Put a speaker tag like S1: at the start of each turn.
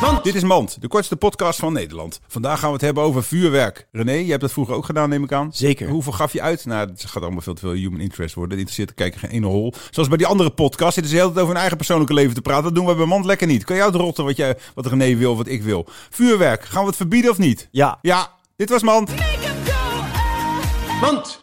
S1: Want dit is Mand, de kortste podcast van Nederland. Vandaag gaan we het hebben over vuurwerk. René, je hebt dat vroeger ook gedaan, neem ik aan.
S2: Zeker.
S1: Hoeveel gaf je uit? Nou, het gaat allemaal veel te veel human interest worden. Het interesseert de kijker geen ene hol. Zoals bij die andere podcast zitten ze de hele tijd over hun eigen persoonlijke leven te praten. Dat doen we bij Mand lekker niet. Kan jij het rotten wat, jij, wat René wil of wat ik wil? Vuurwerk, gaan we het verbieden of niet?
S2: Ja.
S1: Ja, dit was Mand.
S3: Make 'em go, oh, oh.
S1: Mand!